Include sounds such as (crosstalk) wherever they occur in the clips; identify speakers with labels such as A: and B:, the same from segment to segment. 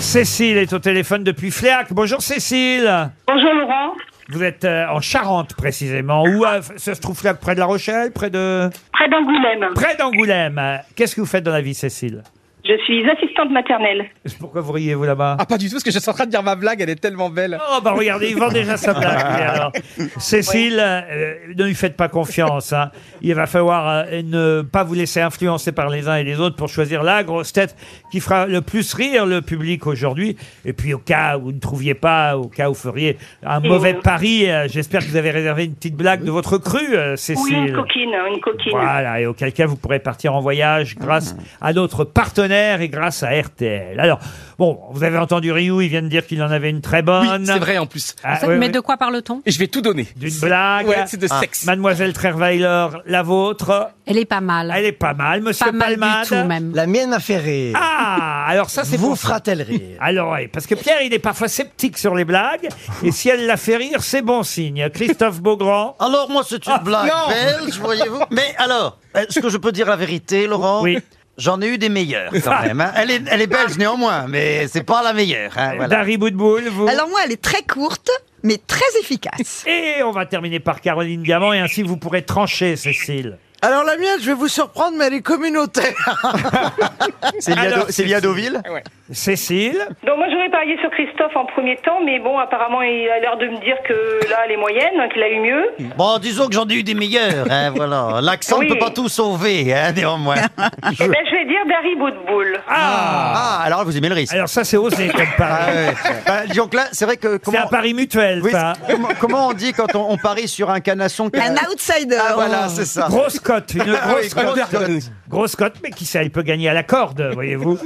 A: Cécile est au téléphone depuis Fléac. Bonjour Cécile.
B: Bonjour Laurent,
A: Vous êtes euh, en Charente précisément. Où euh, ça se trouve Fléac Près de La Rochelle Près de
B: près d'Angoulême.
A: Près d'Angoulême. Euh, Qu'est-ce que vous faites dans la vie Cécile
B: Je suis assistante maternelle.
A: Pourquoi vous riez-vous là-bas
C: Ah, pas du tout, parce que je suis en train de dire ma blague, elle est tellement belle.
A: Oh bah regardez, il vend déjà
C: (laughs)
A: sa blague. lui, alors. Cécile, euh, ne lui faites pas confiance. hein. Il va falloir euh, ne pas vous laisser influencer par les uns et les autres pour choisir la grosse tête qui fera le plus rire le public aujourd'hui. Et puis au cas où vous ne trouviez pas, au cas où vous feriez un mauvais pari, euh, j'espère que vous avez réservé une petite blague de votre cru,
B: Oui,
A: euh,
B: une
A: Cécile.
B: coquine, une coquine.
A: Voilà, et auquel cas vous pourrez partir en voyage grâce à notre partenaire et grâce à RTL. Alors, bon, vous avez entendu Ryu, il vient de dire qu'il en avait une très bonne.
C: Oui, c'est vrai en plus.
A: Ah,
D: Ça-
A: oui,
D: mais
A: oui.
D: de quoi parle-t-on
C: Et je vais tout donner.
A: D'une blague. Ah.
C: Ouais, c'est de sexe.
A: Mademoiselle Trerweiler, la vôtre,
D: Elle est pas mal.
A: elle est pas mal. Monsieur
D: pas mal
A: Palmade.
D: du tout même.
E: La mienne m'a fait rire.
A: Ah, alors ça c'est
E: Vous
A: pour ça.
E: fera-t-elle rire
A: Alors oui, parce que Pierre il est parfois sceptique sur les blagues et si elle la fait rire, c'est bon signe. Christophe Beaugrand. Ah,
E: Alors moi c'est une blague
C: non
E: belge,
A: (laughs)
E: voyez-vous. Mais alors, est-ce Euh, que je peux dire la vérité, Laurent
A: Oui. Ah.
E: J'en ai eu des meilleures quand même. hein. Elle, est, elle est belge néanmoins, mais c'est pas la meilleure. hein, voilà.
A: Dari Boudboul, vous.
F: Alors moi, elle est très courte, mais très efficace.
A: (laughs) Et on va terminer par Caroline Diamant et ainsi vous pourrez trancher, Cécile.
G: Alors la mienne, je vais vous surprendre, mais elle est communautaire. (laughs)
H: C'est lié, à Do-
A: Alors,
H: c'est lié à Deauville
A: Cécile.
B: (laughs) Donc moi, j'aurais parié sur Christophe en premier temps, mais bon, apparemment, il a l'air de me dire que là, elle est moyenne, qu'il a eu mieux.
E: Bon, disons que j'en ai eu des meilleures. hein, voilà. L'accent
B: Oui.
E: ne peut pas tout sauver, hein, néanmoins.
A: (laughs)
B: Eh ben, je vais dire Dari Boudboul.
A: Ah,
H: Ah, alors vous aimez le risque.
A: Alors ça c'est osé comme
H: Ah,
A: pari.
H: ouais. Bah, disons que là, c'est vrai que
A: C'est
H: comment,
A: un pari mutuel,
H: Oui,
A: ça.
H: c'est- comment, comment on dit quand on, on parie sur un canasson qui-
F: Un outsider.
H: Ah, voilà, c'est ça.
A: Grosse cote,
E: (laughs)
A: une
H: Ah (laughs) oui,
A: grosse cote.
H: grosse cote.
A: Grosse cote, mais qui sait, il peut gagner à la corde, voyez-vous.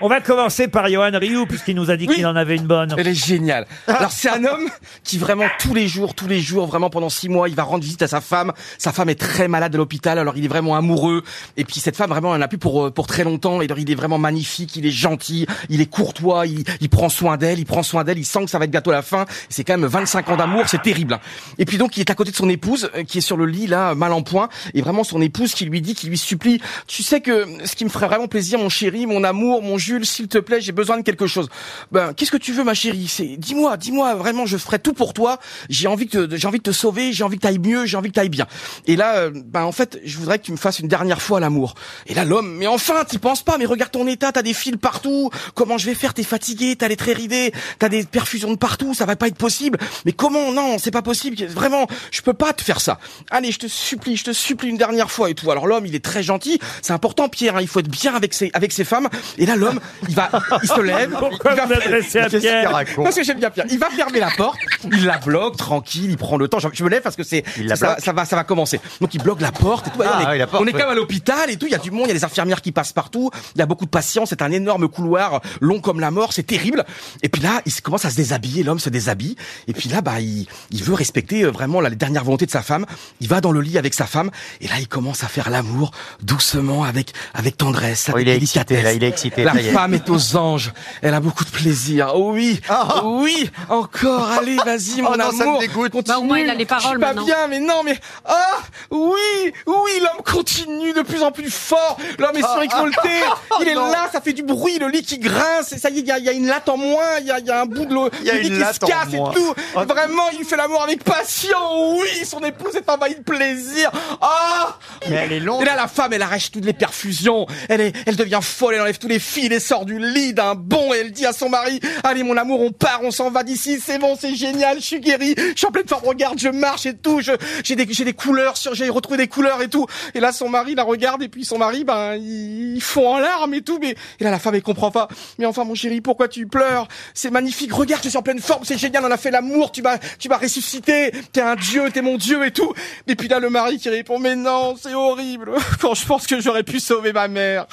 A: On va commencer par Johan Rioux, puisqu'il nous a dit
C: Oui.
A: qu'il en avait une bonne.
C: Elle est géniale. Alors c'est un homme qui vraiment tous les jours, tous les jours, vraiment pendant six mois, il va rendre visite à sa femme. Sa femme est très malade à l'hôpital, alors il est vraiment amoureux. Et puis cette femme vraiment, elle n'a plus pour euh, pour très longtemps. Et alors il est vraiment magnifique, il est gentil, il est courtois, il, il prend soin d'elle, il prend soin d'elle, il sent que ça va être bientôt la fin. C'est quand même 25 ans d'amour, c'est terrible. hein. Et puis donc il est à côté de son épouse euh, qui est sur le lit là, mal en point, et vraiment son épouse qui lui dit, qui lui supplie, tu sais que ce qui me ferait vraiment plaisir, mon chéri, mon amour, mon Jules, s'il te plaît, j'ai besoin de quelque chose. Ben qu'est-ce que tu veux, ma chérie C'est dis-moi, dis-moi vraiment, je ferai tout pour toi. J'ai envie que te- j'ai envie de te sauver, j'ai envie que t'ailles mieux, j'ai envie que t'ailles bien. Et là, euh, ben en fait, je voudrais que tu me fasses une dernière fois l'amour. Et là l'homme, mais enfin, t'y penses pas, mais regarde ton état, t'as des fils partout. Comment je vais faire T'es fatigué, t'as les traits ridés, t'as des perfusions de partout, ça va pas être possible. Mais comment Non, c'est pas possible. Vraiment, je peux pas te faire ça. Allez, je te supplie, je te supplie une dernière fois et tout. Alors l'homme, il est très gentil. C'est important, Pierre. hein, il faut être bien avec ses avec ses femmes. Et là, l'homme, il va, il se lève.
A: Pourquoi
C: il va
A: vous adressez à
H: Qu'est-ce qu'il
A: Pierre
H: raconte
C: parce que j'aime bien Pierre. Il va fermer la porte, il la bloque tranquille, il prend le temps. Je- Je me lève parce que c'est
H: Il
C: ça,
H: la
C: ça,
H: bloque.
C: ça va ça va commencer. Donc il bloque la porte et tout. Et
H: Ah,
C: on est,
H: oui, la porte,
C: on est
H: oui.
C: quand même à l'hôpital et tout. Il y a du monde, il y a des infirmières qui passent partout. Il y a beaucoup de patients. C'est un énorme couloir long comme la mort. C'est terrible. Et puis là, il se- commence à se déshabiller. L'homme se déshabille. Et puis là, bah il, il veut respecter euh, vraiment la dernière volonté de sa femme. Il va dans le lit avec sa femme et là il commence à faire l'amour doucement avec avec tendresse.
H: Oh,
C: avec
H: il est excité,
C: délicatesse.
H: là, il est excité.
C: La
H: ça y est.
C: femme est aux anges. Elle a beaucoup de plaisir. Oh oui, oui, encore. Allez, vas-y, mon
H: Ah. (laughs) Oh non,
C: amour.
H: ça me dégoûte.
C: Continue.
D: Bah, au moins, il a les paroles
C: Je suis pas
D: maintenant.
C: bien, mais non, mais ah oui, oui, l'homme continue de plus en plus fort. L'homme
H: Ah.
C: est surexalté.
H: (laughs)
C: Il est là, ça fait du bruit, le lit qui grince. Et ça y est, il y a- il y, a une latte en moins. Il y a, il y a un bout de l'eau.
H: Il y a
C: le lit
H: une
C: qui se
H: latte en
C: casse
H: moins.
C: et tout.
H: Oh.
C: Vraiment, il fait l'amour avec passion. Oui, son épouse est envahie de plaisir. Ah.
H: Mais elle est longue.
C: Et là, la femme, elle arrache toutes les perfusions. Elle est, elle devient folle. Elle enlève tous les fils. Elle sort du lit d'un bond. Et elle dit à son mari, allez, mon amour, on part, on s'en va d'ici. C'est bon, c'est génial. Je suis guérie. Je suis en pleine forme. Regarde, je marche et tout. Je, j'ai des, j'ai des couleurs sur, j'ai retrouvé des couleurs et tout. Et là, son mari la regarde. Et puis, son mari, ben, il, il fond en larmes et tout. Mais, et là, la femme, elle comprend pas. Mais enfin, mon chéri, pourquoi tu pleures? C'est magnifique. Regarde, je suis en pleine forme. C'est génial. On a fait l'amour. Tu vas, tu vas ressusciter. T'es un dieu. T'es mon dieu et tout. Et puis là, le mari qui répond, mais non, c'est horrible. (laughs) Quand je pense que j'aurais pu sauver ma
I: (laughs)
C: mère.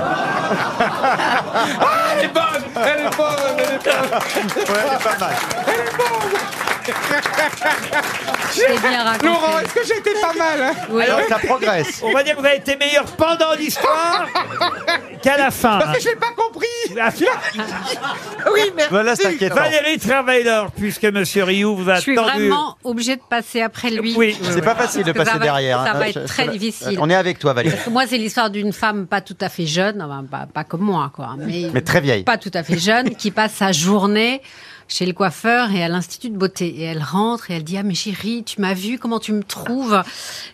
C: ah, elle est bonne, elle est bonne, elle est bonne.
H: Ouais, elle est pas mal.
D: C'est bien raconté.
C: Laurent, est-ce que j'ai été pas mal hein
D: Oui.
H: Alors, ça progresse.
A: On va dire que vous avez été meilleur pendant l'histoire qu'à la fin.
C: Parce
A: hein. Ah,
C: que je l'ai pas compris.
G: Ah Oui, merci.
H: Voilà, c'est inquiétant.
A: Valérie Travailor, puisque Monsieur Rioux vous a
D: Je suis
A: tendu.
D: vraiment obligée de passer après lui.
A: Oui.
H: C'est pas facile de
D: Parce que
H: passer
D: ça va-
H: derrière.
D: ça
H: hein.
D: va
H: Je-
D: être très
H: je-
D: difficile.
H: On est avec toi, Valérie.
D: Moi, c'est l'histoire d'une femme pas tout à fait jeune, enfin, pas, pas comme moi, quoi, hein, mais,
H: Mais très vieille.
D: pas tout à fait jeune, qui passe sa journée chez le coiffeur et à l'institut de beauté. Et elle rentre et elle dit ah mais chérie, tu m'as vu, comment tu me trouves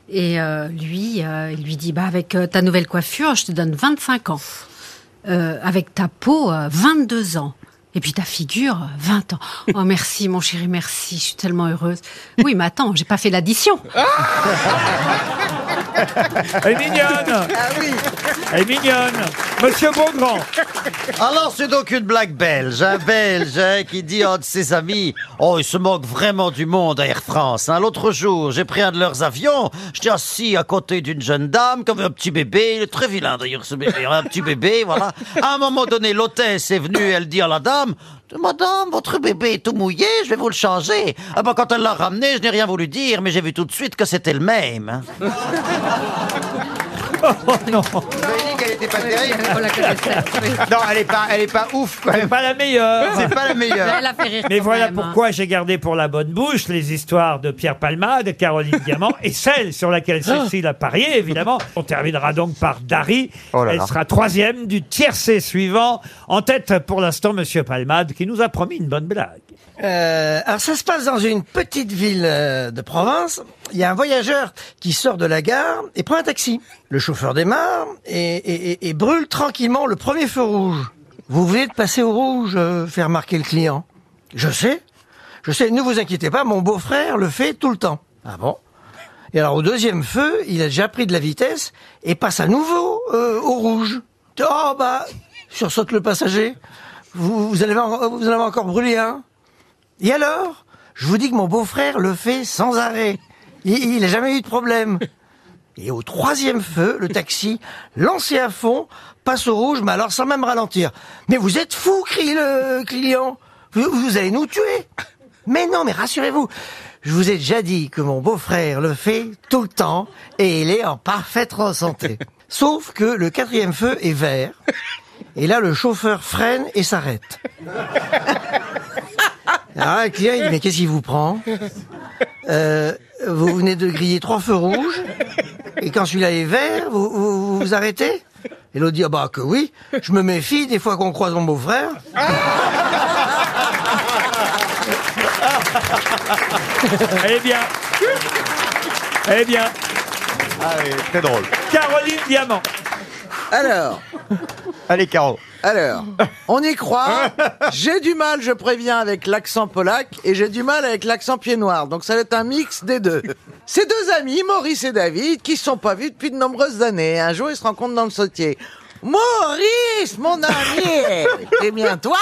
D: Et euh, lui, euh, il lui dit bah avec euh, ta nouvelle coiffure, je te donne 25 ans. Euh, avec ta peau, euh, 22 ans. Et puis ta figure, euh, 20 ans. Oh merci mon chéri, merci, je suis tellement heureuse. Oui, mais attends, j'ai pas fait l'addition.
C: Ah.
A: Elle est mignonne.
F: Ah oui.
A: Elle est mignonne. Monsieur Beaugrand.
E: (laughs) Alors, c'est donc une blague belge, un belge hein, qui dit à un de ses amis Oh, il se moque vraiment du monde à Air France. hein. L'autre jour, j'ai pris un de leurs avions, j'étais assis à côté d'une jeune dame, comme un petit bébé, il est très vilain d'ailleurs ce bébé, hein, un petit bébé, voilà. À un moment donné, l'hôtesse est venue, elle dit à la dame Madame, votre bébé est tout mouillé, je vais vous le changer. Ah ben, quand elle l'a ramené, je n'ai rien voulu dire, mais j'ai vu tout de suite que c'était le même. hein.
A: Oh,
H: qu'elle était pas terrible.
D: Oh, la connaissance, oui.
H: Non, elle est pas, elle est pas ouf quand même.
A: Pas la meilleure.
H: C'est pas la meilleure.
D: Elle a fait rire
A: Mais
D: quand
A: voilà
D: même, hein.
A: pourquoi j'ai gardé pour la bonne bouche les histoires de Pierre Palmade,
D: (laughs)
A: Caroline Diamant et celle sur laquelle
D: Oh.
A: Cécile a parié, évidemment. On terminera donc par Dari.
H: Oh là
A: Elle
H: là.
A: sera troisième du tiercé suivant. En tête pour l'instant, Monsieur Palmade, qui nous a promis une bonne blague.
G: Euh, alors ça se passe dans une petite ville euh, de province. Il y a un voyageur qui sort de la gare et prend un taxi. Le chauffeur démarre et, et- et- et brûle tranquillement le premier feu rouge. Vous venez de passer au rouge, euh, fait remarquer le client. Je sais, je sais, ne vous inquiétez pas, mon beau-frère le fait tout le temps. Ah bon Et alors au deuxième feu, il a déjà pris de la vitesse et passe à nouveau euh, au rouge. Oh bah, sursaute le passager. Vous, vous, allez, en- vous en avez encore hein. brûlé un et alors Je vous dis que mon beau-frère le fait sans arrêt. Il n'a jamais eu de problème. Et au troisième feu, le taxi, lancé à fond, passe au rouge, mais alors sans même ralentir. Mais vous êtes fou, crie le client. Vous, vous allez nous tuer. Mais non, mais rassurez-vous. Je vous ai déjà dit que mon beau-frère le fait tout le temps et il est en parfaite santé. Sauf que le quatrième feu est vert. Et là, le chauffeur freine et s'arrête. Ah, le client, il dit, mais qu'est-ce qu'il vous prend Euh, Vous venez de griller trois feux rouges, et quand celui-là est vert, vous vous, vous, vous arrêtez Et l'autre dit, ah bah que oui, je me méfie des fois qu'on croise mon beau-frère.
H: Ah,
A: Elle est Eh bien. Elle est bien.
H: Ah oui, très drôle.
A: Caroline Diamant.
I: Alors,
H: Allez, Caro.
I: alors, on y croit. J'ai du mal, je préviens, avec l'accent polac et j'ai du mal avec l'accent pied noir. Donc ça va être un mix des deux. Ces deux amis, Maurice et David, qui se sont pas vus depuis de nombreuses années. Un jour, ils se rencontrent dans le sautier. Maurice, mon ami, et bien toi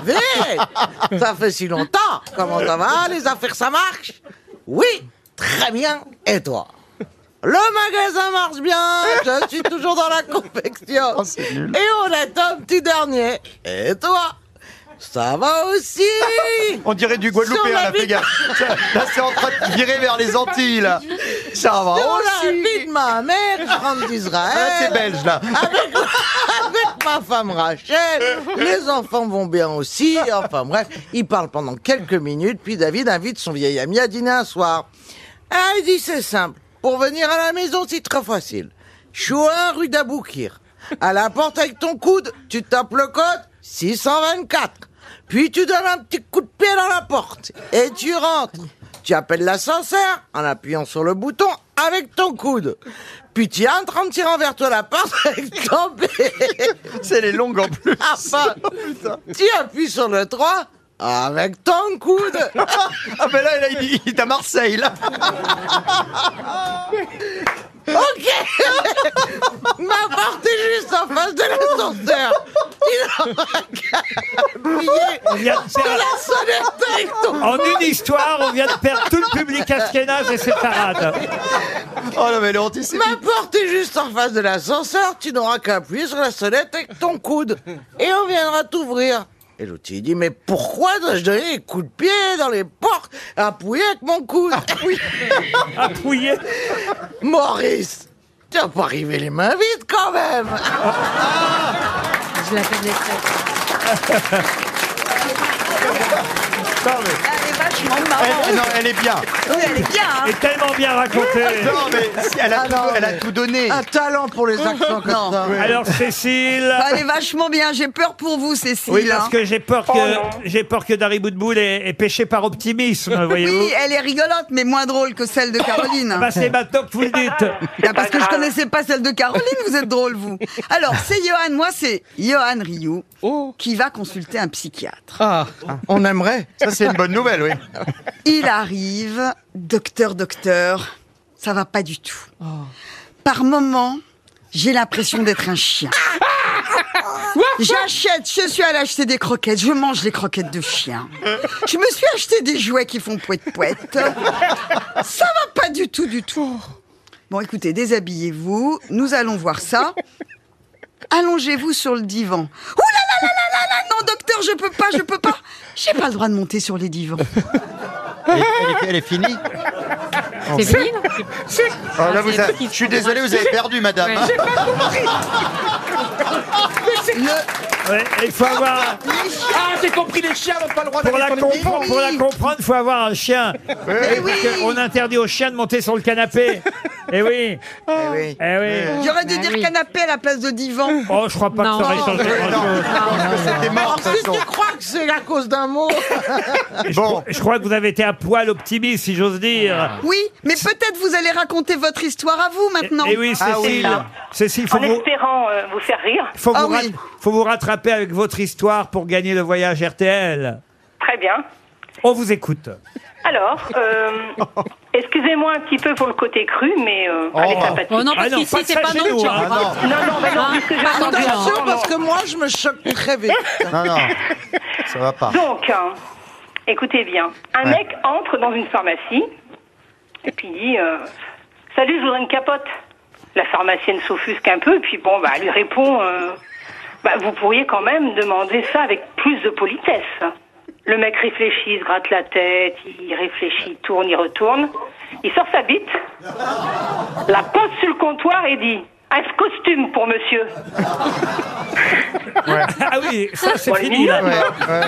I: David, ça fait si longtemps. Comment ça va Les affaires, ça marche Oui, très bien. Et toi le magasin marche
H: (laughs)
I: bien, je suis toujours dans la confection.
H: Oh,
I: Et on est un petit dernier. Et toi Ça va aussi
H: On dirait du
I: Sur la
H: Guadeloupéen, là,
I: vie-
H: fais gaffe. Là, c'est en train de virer vers les Antilles, là. Ça va
I: Sur la
H: aussi.
I: vie de ma mère, je rentre
H: Ah, c'est
I: d'Israël.
H: belge, là.
I: Avec, avec ma femme Rachel, les enfants vont bien aussi. Enfin bref, ils parlent pendant quelques minutes, puis David invite son vieil ami à dîner un soir. Ah, il dit c'est simple. Pour venir à la maison, c'est très facile. Je suis au 1 rue d'Aboukir. À la porte avec ton coude, tu tapes le code 624. Puis tu donnes un petit coup de pied dans la porte et tu rentres. Tu appelles l'ascenseur en appuyant sur le bouton avec ton coude. Puis tu entres en tirant vers toi la porte (laughs) avec ton pied.
H: C'est les longues en plus. Oh,
I: Ah,
H: (laughs)
I: bah, tu appuies sur le 3 avec ton coude.
H: Ah, ben là, là, il il est à Marseille, là.
I: Ok Ma porte est juste en face de l'ascenseur Il aura appuyé
A: On vient de
C: Oh,
I: sur
A: perdre-
I: la sonnette avec ton...
A: En une histoire, on vient de perdre tout le public ashkénaze et ses parades.
H: Oh non, mais elle est antisémite.
I: Ma porte est juste en face de l'ascenseur, tu n'auras qu'à appuyer sur la sonnette avec ton coude. Et on viendra t'ouvrir. Et l'autre il dit, mais pourquoi dois-je donner des coups de pied dans les portes appuyé avec mon coude
A: Appuyé.
I: Maurice, tu vas pas arriver les mains vides quand même
D: je la connaissais.
F: Elle est vachement marrante.
H: Elle, non, elle est bien.
F: Oui, elle est bien. hein.
A: Et tellement bien raconté.
H: Non, mais si, elle a,
I: Ah
H: tout,
I: non,
H: elle a
I: mais-
H: tout donné.
I: Un talent pour les accents comme
F: Non.
I: ça.
A: Alors Cécile.
F: Bah, Elle est vachement bien. J'ai peur pour vous, Cécile.
A: Oui, parce
F: hein.
A: que j'ai peur que
H: Oh,
B: non.
A: j'ai peur que Dari Boudboul ait, ait péché par optimisme, voyez-vous.
F: Oui, elle est rigolote, mais moins drôle que celle de Caroline.
A: Bah, c'est maintenant que vous le dites.
F: Ah, parce que je
B: grave.
F: connaissais pas celle de Caroline, vous êtes drôle, vous. Alors, c'est Johan, moi, c'est Johan Rioux
A: Oh.
F: qui va consulter un psychiatre.
C: Ah,
I: On aimerait. Ah,
H: Ça, c'est une bonne nouvelle, oui.
F: Il arrive, docteur, docteur, ça va pas du tout. Par moment, j'ai l'impression d'être un chien. J'achète, je suis allée acheter des croquettes, je mange les croquettes de chien. Je me suis acheté des jouets qui font pouette-pouette. Ça va pas du tout, du tout. Bon, écoutez, déshabillez-vous, nous allons voir ça. Allongez-vous sur le divan. Ouh là là là là là là Non, docteur, je peux pas, je peux pas. J'ai pas le droit de monter sur les divans.
H: Elle, est- elle est finie.
D: C'est fini, non
H: Alors Ah, là, vous avez- je suis désolé, vous avez perdu, madame.
D: Ouais.
A: Ouais, il faut avoir
C: ah j'ai compris, les chiens n'ont pas le droit
A: pour la,
C: d'aller sur les
A: comprendre,
C: divans.
A: pour la comprendre, faut avoir un chien. Parce que On interdit aux chiens de monter sur le canapé. Eh oui,
I: Eh oui.
A: eh oui.
F: J'aurais dû
D: Bah
F: dire
D: oui.
F: canapé à la place de divan.
A: Oh, je crois pas
D: Non.
A: que ça aurait changé
H: Ouais, non,
A: grand-chose.
H: je pense que c'était mort, de
I: Alors,
H: toute
I: si
H: façon.
I: tu crois que c'est à cause d'un mot,
H: Bon,
A: Je crois que vous avez été à poil optimiste, si j'ose dire.
F: Oui, mais peut-être vous allez raconter votre histoire à vous maintenant.
A: Eh oui,
H: Ah oui.
A: Cécile. Cécile, faut
B: En
A: vous,
B: espérant euh, vous faire rire.
A: faut,
F: Ah
A: vous rat-
F: oui.
A: faut vous rattraper avec votre histoire pour gagner le voyage RTL.
B: Très bien.
A: On vous écoute.
B: Alors, euh, excusez-moi un petit peu pour le côté cru, mais euh, elle est sympathique.
D: Oh non, parce
A: Ah non,
D: qu'ici,
A: pas de
D: c'est
A: ça
D: pas
A: chez
D: non
A: nous,
D: tu
A: hein.
D: vois.
B: Non, non, mais non,
D: Ah,
B: puisque j'ai
D: pardon,
B: entendu-
D: non.
I: attention,
B: non,
I: parce
B: non.
I: que moi, je me choque très vite.
H: non, non, ça va pas.
B: Donc, hein, écoutez bien. Un
H: Ouais.
B: mec entre dans une pharmacie et puis il dit euh, Salut, je voudrais une capote. La pharmacienne s'offusque un peu, puis bon, bah, elle lui répond euh, bah, Vous pourriez quand même demander ça avec plus de politesse. Le mec réfléchit, il se gratte la tête, il réfléchit, il tourne, il retourne. Il sort sa bite, la pose sur le comptoir et dit Un costume pour monsieur.
A: Ah oui, ça c'est
B: Ouais,
A: fini là.
H: Ouais, ouais, ouais, ouais.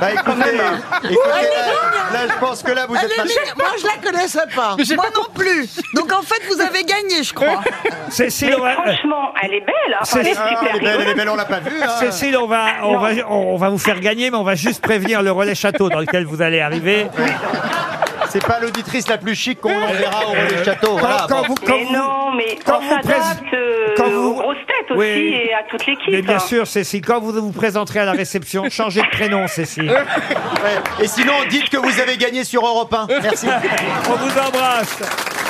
H: Bah écoutez, écoutez là, là, je pense que là, vous
F: Ah,
I: Elle
H: êtes
I: est
H: pas...
I: mignonne. Moi, je la connaissais pas.
F: Moi non plus. Donc en fait, vous avez gagné, je
H: (laughs)
F: crois.
A: Cécile,
B: Mais
A: on va,
B: franchement, elle est belle. hein.
A: C'est-
B: Elle est
H: Ah,
B: super
H: elle est belle, elle
B: rigolote.
H: est belle, on l'a pas vue. hein.
A: Cécile, on va, on
B: Non.
A: va, on va vous faire gagner, mais on va juste prévenir le relais château dans lequel vous allez arriver.
H: C'est pas l'auditrice la plus chic qu'on enverra au Relais Château.
A: Quand-
H: Voilà,
A: quand
H: bon.
A: vous- quand
B: Mais
A: vous-
B: non, mais
A: quand
B: on
A: vous
B: s'adapte
A: prés-
B: euh,
A: quand vous-
B: aux grosses têtes aussi
A: Oui.
B: et à toute l'équipe.
A: Mais bien
B: hein.
A: sûr, Cécile, quand vous vous présenterez à la réception, changez de prénom, Cécile.
H: Ouais. Et sinon, dites que vous avez gagné sur Europe 1. Merci.
A: On vous embrasse.